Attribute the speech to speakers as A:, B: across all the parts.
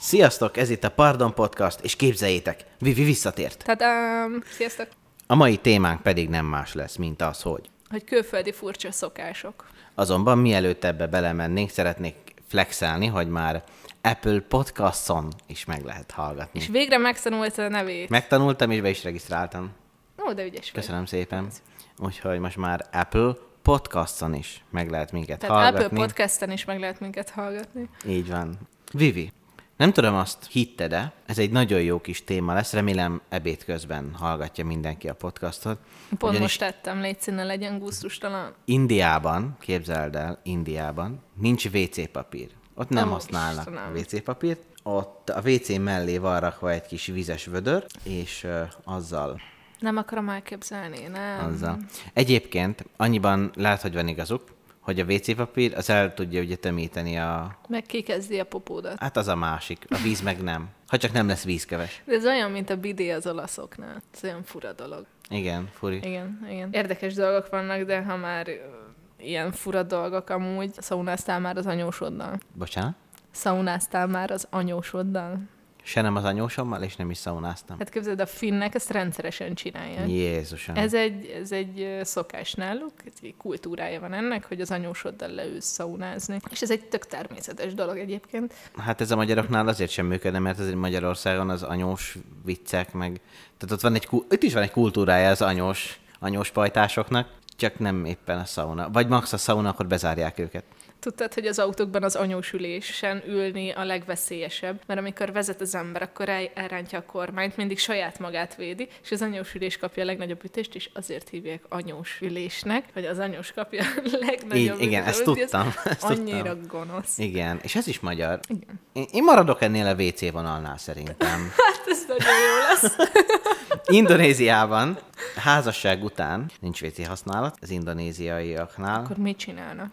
A: Sziasztok, ez itt a Pardon Podcast, és képzeljétek, Vivi visszatért.
B: Tadám! Sziasztok!
A: A mai témánk pedig nem más lesz, mint az, hogy.
B: Hogy külföldi furcsa szokások.
A: Azonban mielőtt ebbe belemennénk, szeretnék flexelni, hogy már Apple Podcaston is meg lehet hallgatni.
B: És végre megtanulta a nevét.
A: Megtanultam, és be is regisztráltam.
B: Ó, de ügyes vagy.
A: Köszönöm szépen. Úgyhogy most már Apple Podcaston is meg lehet minket
B: Tehát
A: hallgatni.
B: Apple Podcast-en is meg lehet minket hallgatni.
A: Így van. Vivi, nem tudom azt hitted-e, ez egy nagyon jó kis téma lesz, remélem ebéd közben hallgatja mindenki a podcastot.
B: Pont most tettem, légy színe, legyen gusztustalan.
A: Indiában, képzeld el, Indiában nincs WC papír. Ott nem
B: Ó,
A: használnak
B: Istenem.
A: WC papírt. Ott a WC mellé van rakva egy kis vizes vödör, és ö, azzal
B: Nem akarom elképzelni, nem.
A: azzal. Egyébként annyiban lehet, hogy van igazuk, hogy a WC papír az el tudja ugye tömíteni a...
B: Meg kikezdi a popódat.
A: Hát az a másik, a víz meg nem. Ha csak nem lesz vízköves.
B: De ez olyan, mint a bidé az olaszoknál. Ez olyan fura dolog.
A: Igen, furi.
B: Igen, igen. Érdekes dolgok vannak, de ha már ö, ilyen fura dolgok amúgy, szaunáztál már az anyósoddal.
A: Bocsánat.
B: Szaunáztál már az anyósoddal.
A: Se nem az anyósommal, és nem is szaunáztam.
B: Hát képzeld, a finnek ezt rendszeresen csinálják.
A: Jézusom.
B: Ez egy, ez egy ö, szokás náluk, ez egy kultúrája van ennek, hogy az anyósoddal leülsz szaunázni. És ez egy tök természetes dolog egyébként.
A: Hát ez a magyaroknál azért sem működne, mert azért Magyarországon az anyós viccek, meg... Tehát ott, van egy, ku- itt is van egy kultúrája az anyós, anyós pajtásoknak, csak nem éppen a szauna. Vagy max a szauna, akkor bezárják őket.
B: Tudtad, hogy az autókban az anyósülésen ülni a legveszélyesebb, mert amikor vezet az ember, akkor el, elrántja a kormányt, mindig saját magát védi, és az anyósülés kapja a legnagyobb ütést, és azért hívják anyósülésnek, hogy az anyós kapja a legnagyobb
A: Így, igen,
B: ütést.
A: ezt
B: Úgyhogy ez
A: tudtam. Ezt
B: Annyira
A: tudtam.
B: gonosz.
A: Igen, és ez is magyar. Igen. Én, én maradok ennél a WC vonalnál szerintem.
B: Hát ez nagyon jó lesz.
A: Indonéziában házasság után nincs WC használat az indonéziaiaknál.
B: Akkor mit csinálnak?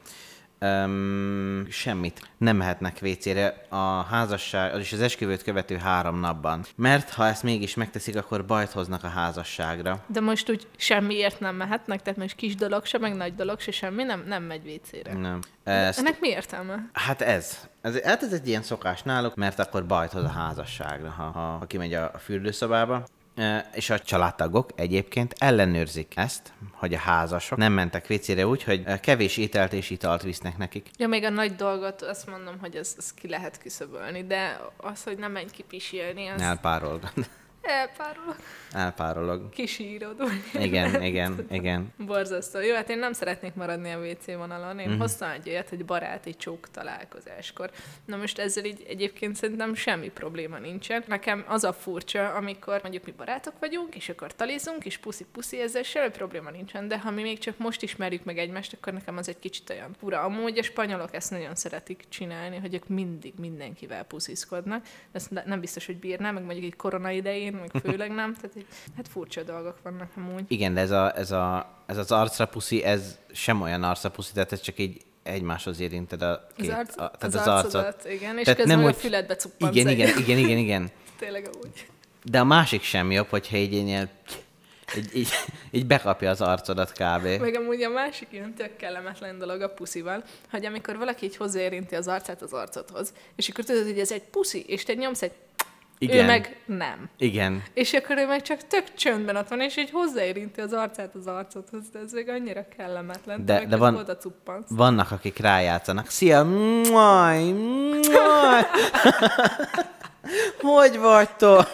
A: Öm, semmit. Nem mehetnek vécére a házasság, vagyis az esküvőt követő három napban. Mert ha ezt mégis megteszik, akkor bajt hoznak a házasságra.
B: De most úgy semmiért nem mehetnek, tehát most kis dolog se, meg nagy dolog se, semmi nem, nem megy vécére.
A: Nem. Ezt,
B: Ennek mi értelme?
A: hát ez. ez. Hát ez egy ilyen szokás náluk, mert akkor bajt hoz a házasságra, ha, ha, ha kimegy a, a fürdőszobába. E, És a családtagok egyébként ellenőrzik ezt, hogy a házasok nem mentek vécére úgy, hogy e, kevés ételt és italt visznek nekik.
B: Ja, még a nagy dolgot azt mondom, hogy ez, ez ki lehet küszöbölni, de az, hogy nem menj kipisélni, az
A: Elpárol.
B: elpárol,
A: Elpárolog.
B: kisírod.
A: Igen, igen, igen.
B: Borzasztó. Jó, hát én nem szeretnék maradni a WC vonalon. Én mm-hmm. hoztam egy olyat, hogy baráti csók találkozáskor. Na most ezzel így egyébként szerintem semmi probléma nincsen. Nekem az a furcsa, amikor mondjuk mi barátok vagyunk, és akkor talizunk, és puszi-puszi, ezzel semmi probléma nincsen, de ha mi még csak most ismerjük meg egymást, akkor nekem az egy kicsit olyan fura. Amúgy a spanyolok ezt nagyon szeretik csinálni, hogy ők mindig mindenkivel pusziszkodnak. Ezt ne- nem biztos, hogy bírnám, meg mondjuk egy korona idején, meg főleg nem. Tehát így, hát furcsa dolgok vannak amúgy.
A: Igen, de ez, a, ez, a, ez az arcrapuszi, ez sem olyan arcrapuszi, tehát ez csak így egymáshoz érinted a két,
B: Az, arc,
A: a,
B: az, az arcodat, igen, és
A: Tehát
B: tehát közben
A: nem
B: nem a
A: úgy-
B: füledbe cuppansz
A: Igen,
B: egy-
A: igen, igen, igen, igen.
B: Tényleg úgy.
A: De a másik sem jobb, hogyha így én ilyen, így, így, így bekapja az arcodat kb.
B: Meg amúgy a másik ilyen tök kellemetlen dolog a puszival, hogy amikor valaki így hozzáérinti az arcát az arcodhoz, és akkor tudod, hogy ez egy puszi, és te nyomsz egy
A: Igen.
B: ő meg nem.
A: Igen.
B: És akkor ő meg csak tök csöndben ott van, és így hozzáérinti az arcát az arcodhoz, de ez még annyira kellemetlen.
A: De-
B: te meg
A: de van-
B: Oda cuppansz.
A: Vannak, akik rájátszanak. Szia! Mwaj, mwaj. Hogy vagytok?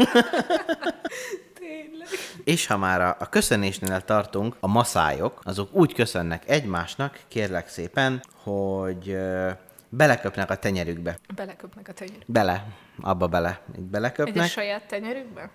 B: Tényleg.
A: És ha már a, a köszönésnél tartunk, a maszájok, azok úgy köszönnek egymásnak, kérlek szépen, hogy ö, beleköpnek a tenyerükbe.
B: Beleköpnek a tenyerükbe.
A: Bele, abba bele. Így
B: Egy a
A: beleköpnek,
B: saját tenyerükbe?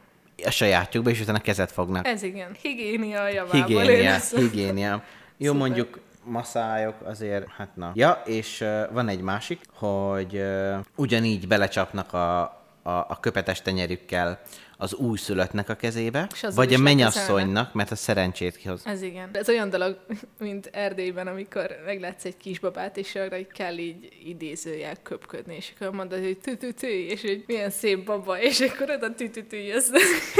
A: a sajátjukba, és utána kezet fognak.
B: Ez igen. Higiénia a javából. én
A: Higiénia,
B: azt mondom.
A: higiénia. Jó,
B: Szuper.
A: mondjuk maszájok azért, hát na. Ja, és ö, van egy másik, hogy ö, ugyanígy belecsapnak a, a, a köpetes tenyerükkel az újszülöttnek a kezébe,
B: És azzal
A: vagy
B: is
A: a
B: lekezelnek.
A: mennyasszonynak, mert a szerencsét kihoz.
B: Ez igen. Ez olyan dolog, mint Erdélyben, amikor meglátsz egy kisbabát, és arra így kell így idézőjel köpködni, és akkor mondod, hogy tü-tü-tü, és hogy milyen szép baba, és akkor oda tü-tü-tü jössz.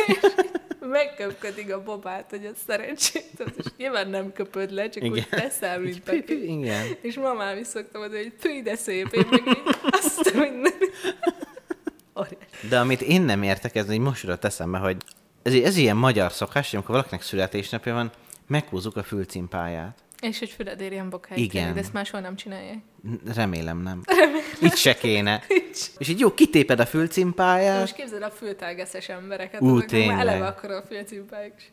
B: És megköpködik a babát, hogy a szerencsét, és nyilván nem köpöd le, csak igen. úgy
A: Igen.
B: teszel, mint
A: Hű, hű,
B: neki.
A: Igen.
B: És mamám is szoktam mondani, hogy tű, de szép, én meg így azt a minden. Óriási.
A: De amit én nem értek, ez így most jutott eszembe, hogy ez, i- ez ilyen magyar szokás, hogy amikor valakinek születésnapja van, meghúzzuk a fülcimpáját.
B: És hogy füled érjen bokáig.
A: Igen.
B: tenni, De ezt máshol nem csinálják.
A: N- Remélem nem. Itt se kéne. És így jó, kitéped a fülcimpáját,
B: Most képzeld a fültágeszes embereket,
A: Ú,
B: azoknak már
A: tényleg.
B: eleve akkor a fülcimpájuk is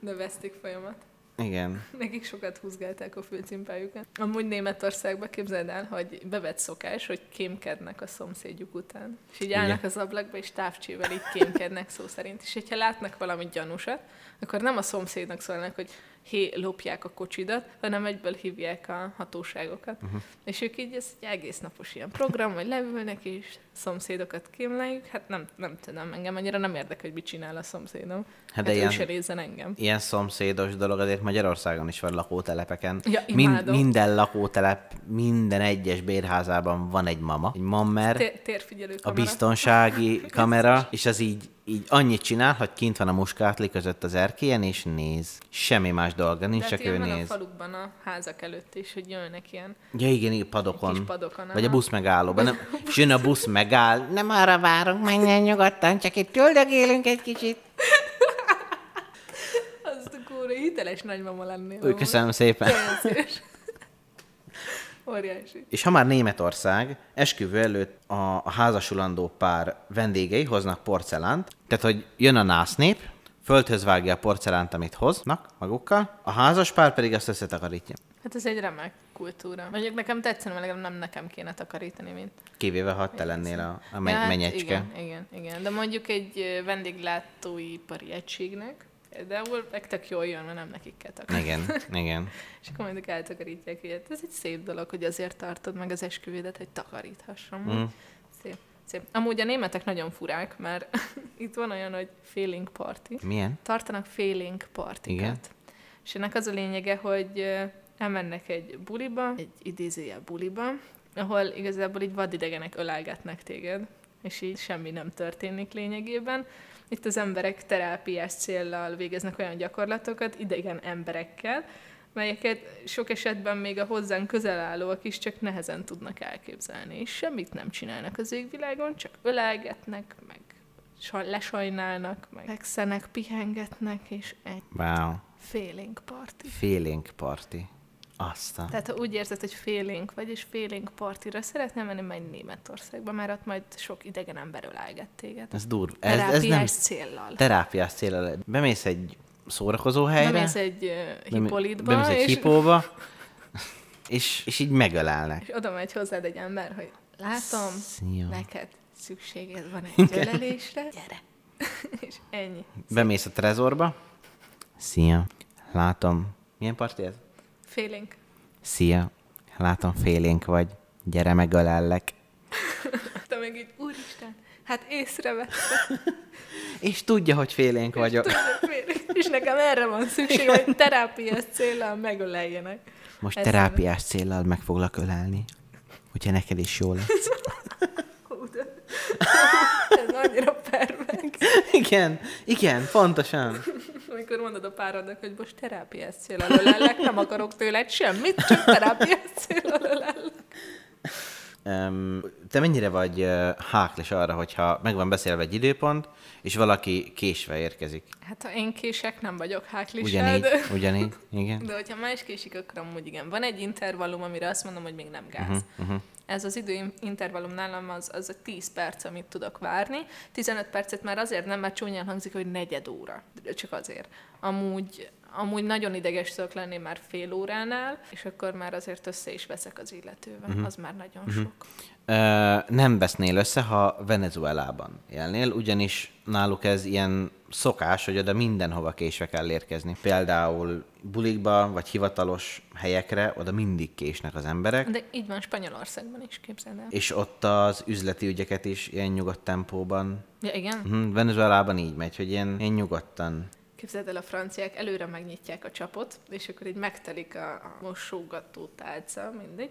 B: növesztik folyamat.
A: igen,
B: Nekik sokat húzgálták a fülcimpájukat. Amúgy Németországban képzeld el, hogy bevett szokás, hogy kémkednek a szomszédjuk után. És így
A: Igen.
B: állnak az ablakba, és távcsővel így kémkednek szó szerint. És hogyha látnak valamit gyanúsat, akkor nem a szomszédnak szólnak, hogy hé, lopják a kocsidat, hanem egyből hívják a hatóságokat.
A: Mhm.
B: Uh-huh. És ők így ez egy egész napos ilyen program, hogy leülnek, és szomszédokat kémleljük. Hát nem, nem tudom, engem annyira nem érdekel, hogy mit csinál a szomszédom. Hát,
A: de
B: hát ő
A: ilyen-
B: se nézzen engem.
A: ilyen szomszédos dolog, azért Magyarországon is van lakótelepeken.
B: Ja,
A: Mind,
B: imádom.
A: minden lakótelep, minden egyes bérházában van egy mama, egy mammer,
B: Té- Térfigyelő
A: a
B: kamera.
A: biztonsági kamera, és az így, így annyit csinál, hogy kint van a muskátli között az erkélyen, és néz. Semmi más dolga, nincs,
B: De
A: csak
B: hát
A: ő
B: ilyen van a
A: néz.
B: falukban a házak előtt is, hogy jönnek ilyen.
A: Ja igen, igen, padokon.
B: Kis padokon,
A: Vagy a
B: aha.
A: busz megállóban. Nem, és jön a busz megáll. Nem arra várunk, menjen nyugodtan, csak itt üldögélünk egy kicsit.
B: Azt a kúra, hiteles nagymama lennél.
A: Úgy,
B: amúgy.
A: köszönöm szépen.
B: Nagyon szíves. Óriási.
A: És ha már Németország, esküvő előtt a, a házasulandó pár vendégei hoznak porcelánt, tehát hogy jön a násznép, földhöz vágja a porcelánt, amit hoznak magukkal, a házas pár pedig azt összetakarítja.
B: Hát ez egy remek kultúra. Mondjuk nekem tetszene, mert legalább nem nekem kéne takarítani, mint.
A: Kivéve, ha te lennél a, a me-
B: Ja, hát
A: menyecske.
B: Igen, igen, igen. De mondjuk egy ö, vendéglátóipari egységnek, például nektek jól jön, mert nem nekik kell takarítani.
A: Igen, igen.
B: És akkor mondjuk eltakarítják ilyet. Ez egy szép dolog, hogy azért tartod meg az esküvédet, hogy takaríthassam. Mm. Szép, szép. Amúgy a németek nagyon furák, mert itt van olyan, hogy féling party.
A: Milyen?
B: Tartanak féling partikat.
A: Igen.
B: És ennek az a lényege, hogy ö, elmennek egy buliba, egy idézője buliba, ahol igazából így vadidegenek ölelgetnek téged, és így semmi nem történik lényegében. Itt az emberek terápiás céllal végeznek olyan gyakorlatokat idegen emberekkel, melyeket sok esetben még a hozzánk közel állóak is csak nehezen tudnak elképzelni, és semmit nem csinálnak az égvilágon, csak ölelgetnek, meg sa- lesajnálnak, meg fekszenek, pihengetnek, és egy
A: Wow.
B: Félénk parti.
A: Félénk parti. Aztán.
B: Tehát ha úgy érzed, hogy félénk vagy, és félénk partira szeretnél menni, menj Németországba, mert ott majd sok idegen ember ölelget téged.
A: Ez durva. Ez, ez
B: Terápiás
A: nem
B: céllal.
A: terápiás célra. Bemész egy szórakozó helyre.
B: Bemész egy uh,
A: bemé-
B: hipolitba,
A: bemész egy
B: és,
A: hipóba, és, és így megölelnek.
B: és oda megy hozzád egy ember, hogy látom,
A: Szia.
B: neked szükséged van egy ölelésre, gyere. és ennyi.
A: Bemész a trezorba. Szia, látom. Milyen parti ez?
B: Félénk.
A: Szia, látom félénk vagy. Gyere, megölellek.
B: Te meg így, úristen, hát észrevett.
A: És tudja, hogy félénk vagyok.
B: Tudod, miért? És nekem erre van szükség, hogy terápiás céllal megöleljenek.
A: Most
B: Ez
A: terápiás céllal meg foglak ölelni. Hogyha neked is jó lesz.
B: Hú, de- Ez annyira pervek.
A: igen, igen, pontosan.
B: Amikor mondod a párodnak, hogy most terápiás célral ölellek, nem akarok tőled semmit, csak terápiás célral ölellek.
A: Öm, te mennyire vagy ö, háklis arra, hogyha meg van beszélve egy időpont, és valaki késve érkezik?
B: Hát ha én kések, nem vagyok háklisád.
A: Ugyanígy, ugyanígy, igen.
B: De hogyha más késik, akkor amúgy igen. Van egy intervallum, amire azt mondom, hogy még nem gáz. Uh-huh, uh-huh. Ez az idő intervallum nálam az, az a 10 perc, amit tudok várni. 15 percet már azért nem, mert csúnyán hangzik, hogy negyed óra. De Csak azért. Amúgy, amúgy nagyon ideges tudok lenni már fél óránál, és akkor már azért össze is veszek az illetővel. Uh-huh. Az már nagyon uh-huh. sok.
A: Ö, nem vesznél össze, ha Venezuelában élnél, ugyanis náluk ez ilyen szokás, hogy oda mindenhova késve kell érkezni. Például bulikba, vagy hivatalos helyekre, oda mindig késnek az emberek,
B: De így van Spanyolországban is, képzeld el.
A: és ott az üzleti ügyeket is ilyen nyugodt tempóban.
B: Ja, igen?
A: Mhm, Venezuelában így megy, hogy ilyen, ilyen nyugodtan.
B: Képzeld el, a franciák előre megnyitják a csapot, és akkor így megtelik a, a mosógató tálca, mindegy,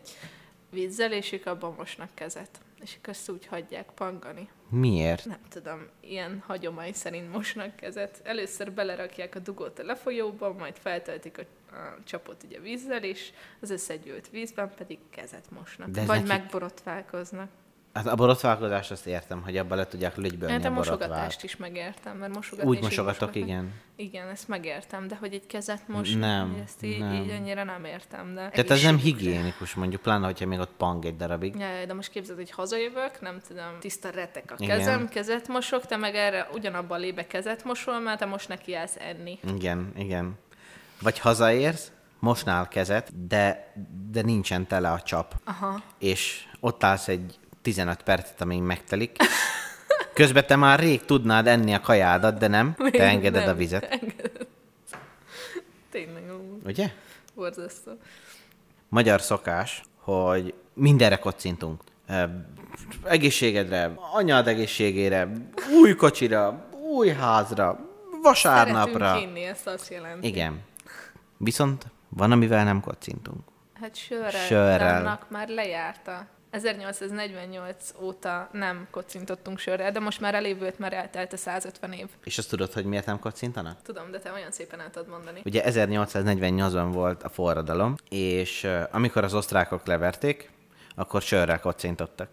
B: vízzel, és ők abban mosnak kezet. És akkor ezt úgy hagyják pangani.
A: Miért?
B: Nem tudom, ilyen hagyomány szerint mosnak kezet. Először belerakják a dugót a lefolyóba, majd feltöltik a, a csapot ugye vízzel, és az összegyűlt vízben pedig kezet mosnak.
A: De ez
B: Vagy
A: nekik-
B: megborotválkoznak.
A: Hát a borotválkozást azt értem, hogy abba le tudják lögybölni
B: Hát a
A: a borotvált.
B: mosogatást is megértem, mert mosogatni
A: Úgy
B: és így
A: mosogatok,
B: mosogatni.
A: igen.
B: Igen, ezt megértem, de hogy egy kezet most,
A: Nem,
B: ezt így,
A: nem.
B: így annyira nem értem. De
A: Tehát ez nem higiénikus, mondjuk, pláne, hogyha még ott pang egy darabig.
B: Ja, de most képzeld, hogy hazajövök, nem tudom, tiszta retek a
A: Igen.
B: kezem, kezet mosok, te meg erre ugyanabban a lébe kezet mosol, mert te most neki állsz enni.
A: Igen, igen. Vagy hazaérsz, mosnál kezet, de, de nincsen tele a csap.
B: Aha.
A: És ott állsz egy 15 percet, amíg megtelik. Közben te már rég tudnád enni a kajádat, de nem. Te engeded
B: Nem,
A: a vizet.
B: te engeded. Tényleg, ú,
A: Ugye?
B: borzasztó.
A: magyar szokás, hogy mindenre kocintunk. Ö, Egészségedre, anyád egészségére, új kocsira, új házra, vasárnapra.
B: Szeretünk hinni, ezt azt jelenti.
A: Igen. Viszont van, amivel nem kocintunk.
B: Hát sörrel,
A: Sörrel.
B: sörrel. annak már lejárta. 1848 óta nem kocintottunk sörrel, de most már elévült, mert eltelt a 150 év.
A: És azt tudod, hogy miért nem kocintanak?
B: Tudom, de te olyan szépen el tudod mondani.
A: Ugye 1848-ban volt a forradalom, és ö, amikor az osztrákok leverték, akkor sörrel kocintottak.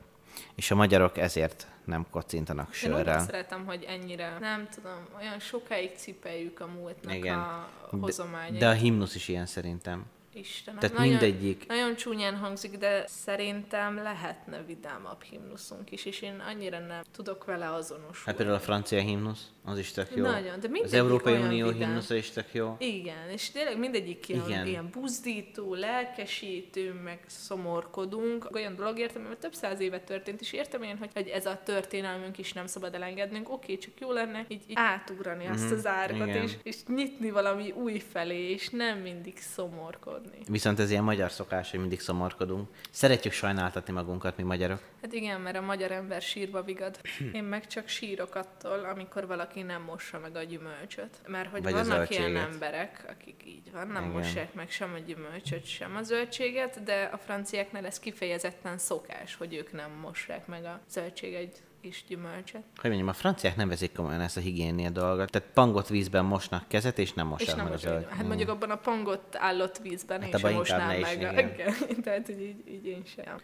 A: És a magyarok ezért nem kocintanak
B: Én úgy
A: sörrel.
B: azt szeretem, hogy ennyire, nem tudom, olyan sokáig cipeljük a múltnak
A: Igen.
B: Igen. a hozományait.
A: De a himnusz is ilyen szerintem.
B: Istenem,
A: tehát
B: nagyon,
A: mindegyik.
B: Nagyon csúnyán hangzik, de szerintem lehetne vidámabb himnuszunk is, és én annyira nem tudok vele azonosulni.
A: Hát például a francia himnusz, az is tök jó.
B: Nagyon, de
A: Az
B: mindegyik
A: Európai
B: olyan
A: Unió
B: vidám.
A: himnusza is tök jó.
B: Igen, és tényleg mindegyik ilyen,
A: Igen.
B: ilyen buzdító, lelkesítő, meg szomorkodunk. Olyan dolog értem, mert több száz éve történt, és értem én, hogy, hogy ez a történelmünk is nem szabad elengednünk. Oké, csak jó lenne így, így átugrani azt az árkat,
A: Mhm. igen.
B: és, és nyitni valami új felé, és nem mindig szomorkodni.
A: Viszont ez ilyen magyar szokás, hogy mindig szomorkodunk. Szeretjük sajnáltatni magunkat, mi magyarok.
B: Hát igen, mert a magyar ember sírva vigad. Én meg csak sírok attól, amikor valaki nem mossa meg a gyümölcsöt. Mert hogy
A: Vagy
B: Vagy
A: a
B: vannak ilyen
A: zöldséget.
B: emberek, akik így van, nem
A: Igen.
B: igen. mossák meg sem a gyümölcsöt, sem a zöldséget, de a franciáknál ez kifejezetten szokás, hogy ők nem mossák meg a zöldséget és gyümölcsöt.
A: Hogy mondjam, a franciák nem veszik komolyan ezt a higiénia dolgot. Tehát pangot vízben mosnak kezet, és nem
B: és
A: mossák
B: nem
A: meg a
B: mossák.
A: zöld. Mm.
B: meg. Hát mondjuk abban a pangott állott vízben
A: Hát
B: hát én
A: abban
B: sem
A: inkább
B: mosnám
A: ne
B: meg.
A: is,
B: a-
A: igen.
B: igen. Tehát, hogy így, így én sem.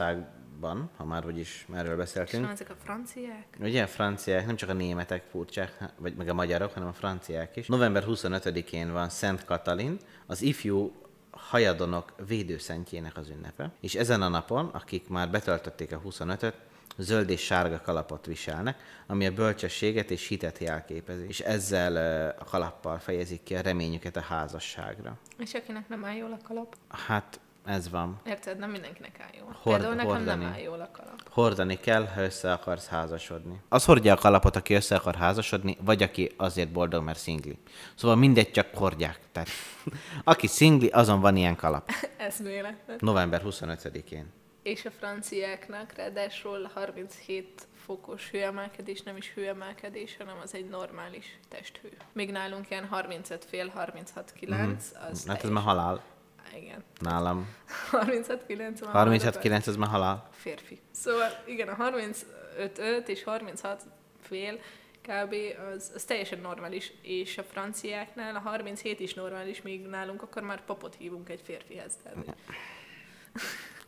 A: Franciaországban, ha már úgyis erről
B: És
A: beszéltünk,
B: ezek a franciák?
A: Ugye a franciák, nem csak a németek furcsák, vagy meg a magyarok, hanem a franciák is. November 25-én van Szent Katalin, az ifjú hajadonok védőszentjének az ünnepe, és ezen a napon, akik már betöltötték a 25-öt, zöld és sárga kalapot viselnek, ami a bölcsességet és hitet jelképezi, és ezzel ö, a kalappal fejezik ki a reményüket a házasságra.
B: És akinek nem áll jól a kalap?
A: Hát ez van.
B: Érted, nem mindenkinek áll jól.
A: Hord-
B: Például nekem
A: hordani.
B: nem áll jól a kalap.
A: Hordani kell, ha össze akarsz házasodni. Az hordja a kalapot, aki össze akar házasodni, vagy aki azért boldog, mert szingli. Szóval mindegy, csak hordják. Tehát, aki szingli, azon van ilyen kalap.
B: Ez véletlen.
A: November 25-én.
B: És a franciáknak ráadásul 37 fokos hőemelkedés nem is hőemelkedés, hanem az egy normális testhő. Még nálunk ilyen 35 fél, 36 9, az
A: Hát ez már halál
B: teljes- Igen.
A: nálam.
B: 36 9,
A: 36-9, ez már halál.
B: férfi. Szóval igen, a 35 5 és 36 fél kb. Az, az teljesen normális, és a franciáknál a 37 is normális, még nálunk akkor már papot hívunk egy férfihez. Tehát, hogy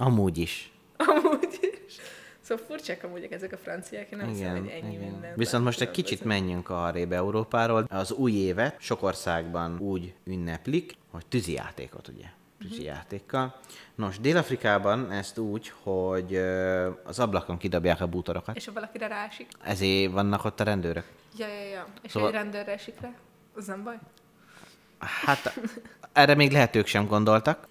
A: Amúgy is.
B: Amúgy is. Szóval furcsák amúgy ezek a franciák, én nem hiszem, hogy ennyi minden.
A: Viszont most egy kicsit menjünk arrébb Európáról. Az új évet sok országban úgy ünneplik, hogy tűzijátékot, ugye?
B: Mhm.
A: Tűzijátékkal. Nos, Dél-Afrikában ezt úgy, hogy ö, az ablakon kidobják a bútorokat.
B: És ha valakire rásik,
A: Ezért vannak ott a rendőrök.
B: ja, ja, ja,
A: Szóval-
B: és szóval... egy rendőrre esik rá, az nem baj?
A: Hát erre még lehet ők sem gondoltak.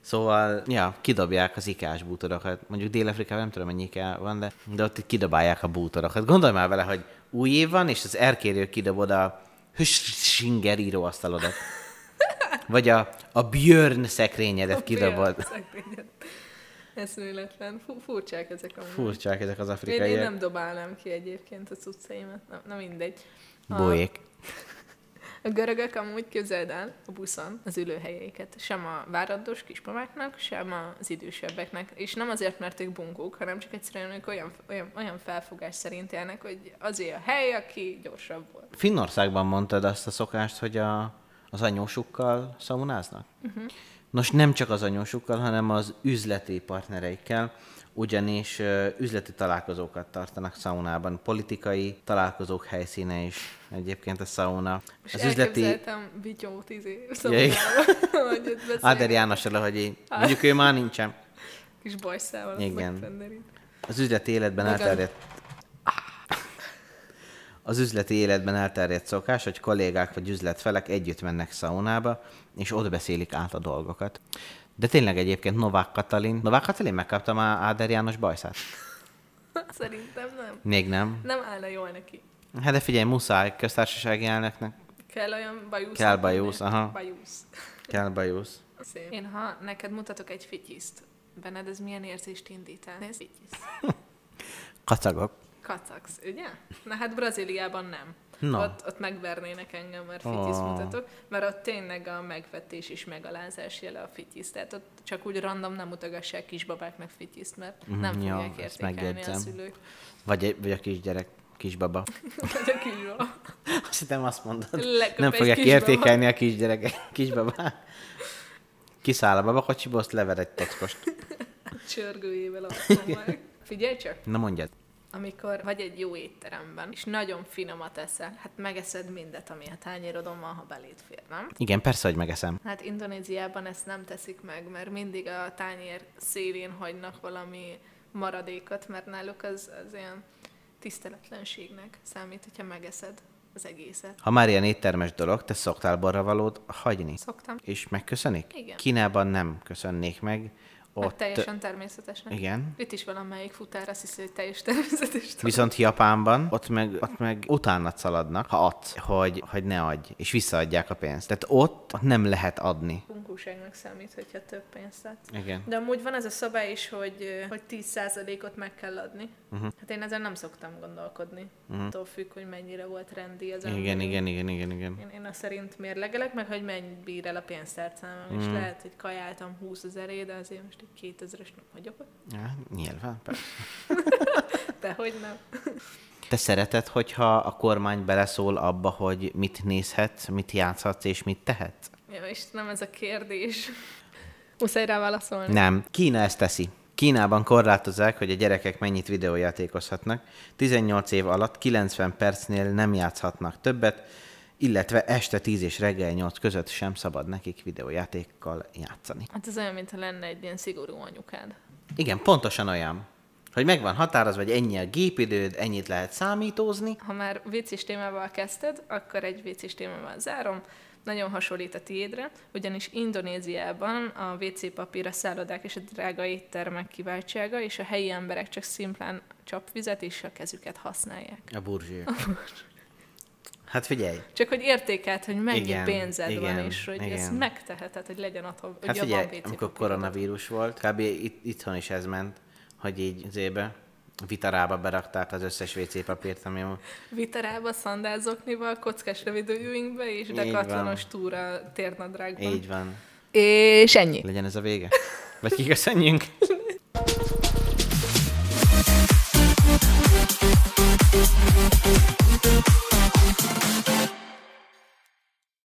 A: Szóval, ja, kidobják az ikás bútorokat. Mondjuk Dél-Afrikában nem tudom, mennyi iká van, de, de ott így kidobálják a bútorokat. Gondolj már vele, hogy új év van, és az erkéről kidobod a Hüssinger íróasztalodat. Vagy a, a Björn szekrényedet kidobod.
B: Eszméletlen. Fú, furcsák ezek amúgy.
A: Furcsák ezek az
B: Én, én
A: afrikaiak.
B: nem dobálnám ki egyébként a cuccaimat, na, na mindegy. A,
A: Bolyék.
B: a görögök amúgy képzeld el a buszon az ülőhelyeiket, sem a várados kismamáknak, sem az idősebbeknek, és nem azért, mert ők bunkók, hanem csak egyszerűen ők olyan, olyan, olyan felfogás szerint élnek, hogy azért a hely, aki gyorsabb volt.
A: Finnországban mondtad azt a szokást, hogy a, az anyósukkal Uh-huh. szaunáznak? Nos, nem csak az anyósukkal, hanem az üzleti partnereikkel, ugyanis ö, üzleti találkozókat tartanak szaunában, politikai találkozók helyszíne is egyébként a szauna.
B: És
A: Az üzleti...
B: elképzeltem vigyót izé,
A: igen.
B: szabadában, hogy ott
A: Áder
B: beszélünk
A: Jánosra, hogy így. Mondjuk ő már nincsen.
B: kis bajszával.
A: Igen.
B: Igen. Megfenderít.
A: Az üzleti életben
B: Meg a-
A: elterjedt... Az üzleti életben elterjedt szokás, hogy kollégák vagy üzletfelek együtt mennek szaunába, és ott beszélik át a dolgokat. De tényleg egyébként Novák Katalin... Novák Katalin megkapta már Áder János bajszát?
B: Szerintem nem.
A: Még nem.
B: Nem állna jól neki.
A: Hát de figyelj, muszáj köztársasági elnöknek.
B: Kell olyan bajusz.
A: Kell bajusz, aha.
B: Bajusz.
A: Kell bajusz.
B: Szép. Én ha neked mutatok egy fityiszt, benned ez milyen érzést indít el? Ez fityiszt.
A: Kacagok.
B: Kacagsz, ugye? Na hát Brazíliában nem.
A: Na. Ah.
B: Ott, ott megvernének engem, mert fityiszt
A: Ó.
B: mutatok, mert ott tényleg a megvetés és megalázás jele a fityiszt. Tehát ott csak úgy random nem mutogassák kisbabáknak fityiszt, mert
A: Mhm,
B: nem
A: ja,
B: fogják
A: ezt
B: értékelni a
A: megjegyzem.
B: szülők.
A: Vagy, egy- vagy a kisgyerek, kisbaba.
B: Vagy a kisbaba.
A: Azt hittem azt mondod.
B: Leköp
A: nem
B: egy
A: fogják
B: kisbaba.
A: értékelni a kisgyerekek, kisbabák. Kiszáll a babakocsiba, azt lever egy tockost.
B: Csörgőjével ott meg. Figyelj csak!
A: Na mondjad.
B: amikor vagy egy jó étteremben, és nagyon finomat eszel, hát megeszed mindet, ami a tányérodon van, ha beléd fér, nem?
A: Igen, persze, hogy megeszem.
B: Hát Indonéziában ezt nem teszik meg, mert mindig a tányér szélén hagynak valami maradékot, mert náluk az, az ilyen tiszteletlenségnek számít, hogyha megeszed az egészet.
A: Ha már ilyen éttermes dolog, te szoktál borravalót hagyni.
B: Szoktam.
A: És megköszönik?
B: Igen.
A: Kínában nem köszönnék meg.
B: Ott...
A: Ott...
B: Hát teljesen természetesnek.
A: Igen.
B: Itt is valamelyik futár azt hiszi, hogy teljes természetes.
A: Viszont Japánban ott meg, ott meg utána szaladnak, ha adsz, hogy, hogy ne adj, és visszaadják a pénzt. Tehát ott, ott nem lehet adni.
B: Bunkóságnak számít, hogyha több pénzt adsz.
A: Igen.
B: De amúgy van ez a szabály is, hogy, ö, hogy 10%-ot meg kell adni.
A: Mhm.
B: Uh-huh. Hát én ezen nem szoktam gondolkodni. Uh-huh. Attól függ, hogy mennyire volt rendi az ember.
A: Igen, igen, igen, igen, igen.
B: Én, én azt szerint mérlegelek meg, hogy mennyi bír el a pénztárcám, mm. és
A: Mhm.
B: lehet, hogy kajáltam 20 ezeré, de azért most egy 2000-es nem vagyok ott.
A: Ja, nyilván, persze.
B: De hogy nem.
A: Te szereted, hogyha a kormány beleszól abba, hogy mit nézhetsz, mit játszhatsz és mit tehetsz?
B: Ja, Istenem, ez a kérdés. Muszáj rá válaszolni.
A: Nem. Kína ezt teszi. Kínában korlátozzák, hogy a gyerekek mennyit videójátékozhatnak. 18 év alatt 90 percnél nem játszhatnak többet, illetve este 10 és reggel 8 között sem szabad nekik videójátékkal játszani.
B: Hát ez olyan, mintha lenne egy ilyen szigorú anyukád.
A: Igen, pontosan olyan, hogy megvan határozva, hogy ennyi a gépidőd, ennyit lehet számítózni.
B: Ha már vicces témával kezdted, akkor egy vicces témával zárom. Nagyon hasonlít a tiédre, ugyanis Indonéziában a WC papír, a szállodák és a drága éttermek kiváltsága, és a helyi emberek csak szimplán csapvizet és a kezüket használják.
A: A burzső. Hát figyelj,
B: Csak hogy értékelt, hogy mennyi
A: Igen,
B: igen, pénzed igen,
A: igen,
B: van, és hogy igen. ezt
A: igen.
B: megteheted, hogy legyen otthon, hogy
A: hát
B: abban
A: figyelj,
B: WC
A: amikor
B: papírod.
A: koronavírus volt, kb. Itt, itthon is ez ment, hogy így zébe vitarába berakták az összes WC papírt, ami a
B: Vitarába, szandázoknival, kockás rövidőjünkbe, és
A: Így van.
B: dekatlanos túra térnadrágban.
A: Így van.
B: És ennyi.
A: Legyen ez a vége? Vagy kiköszönjünk?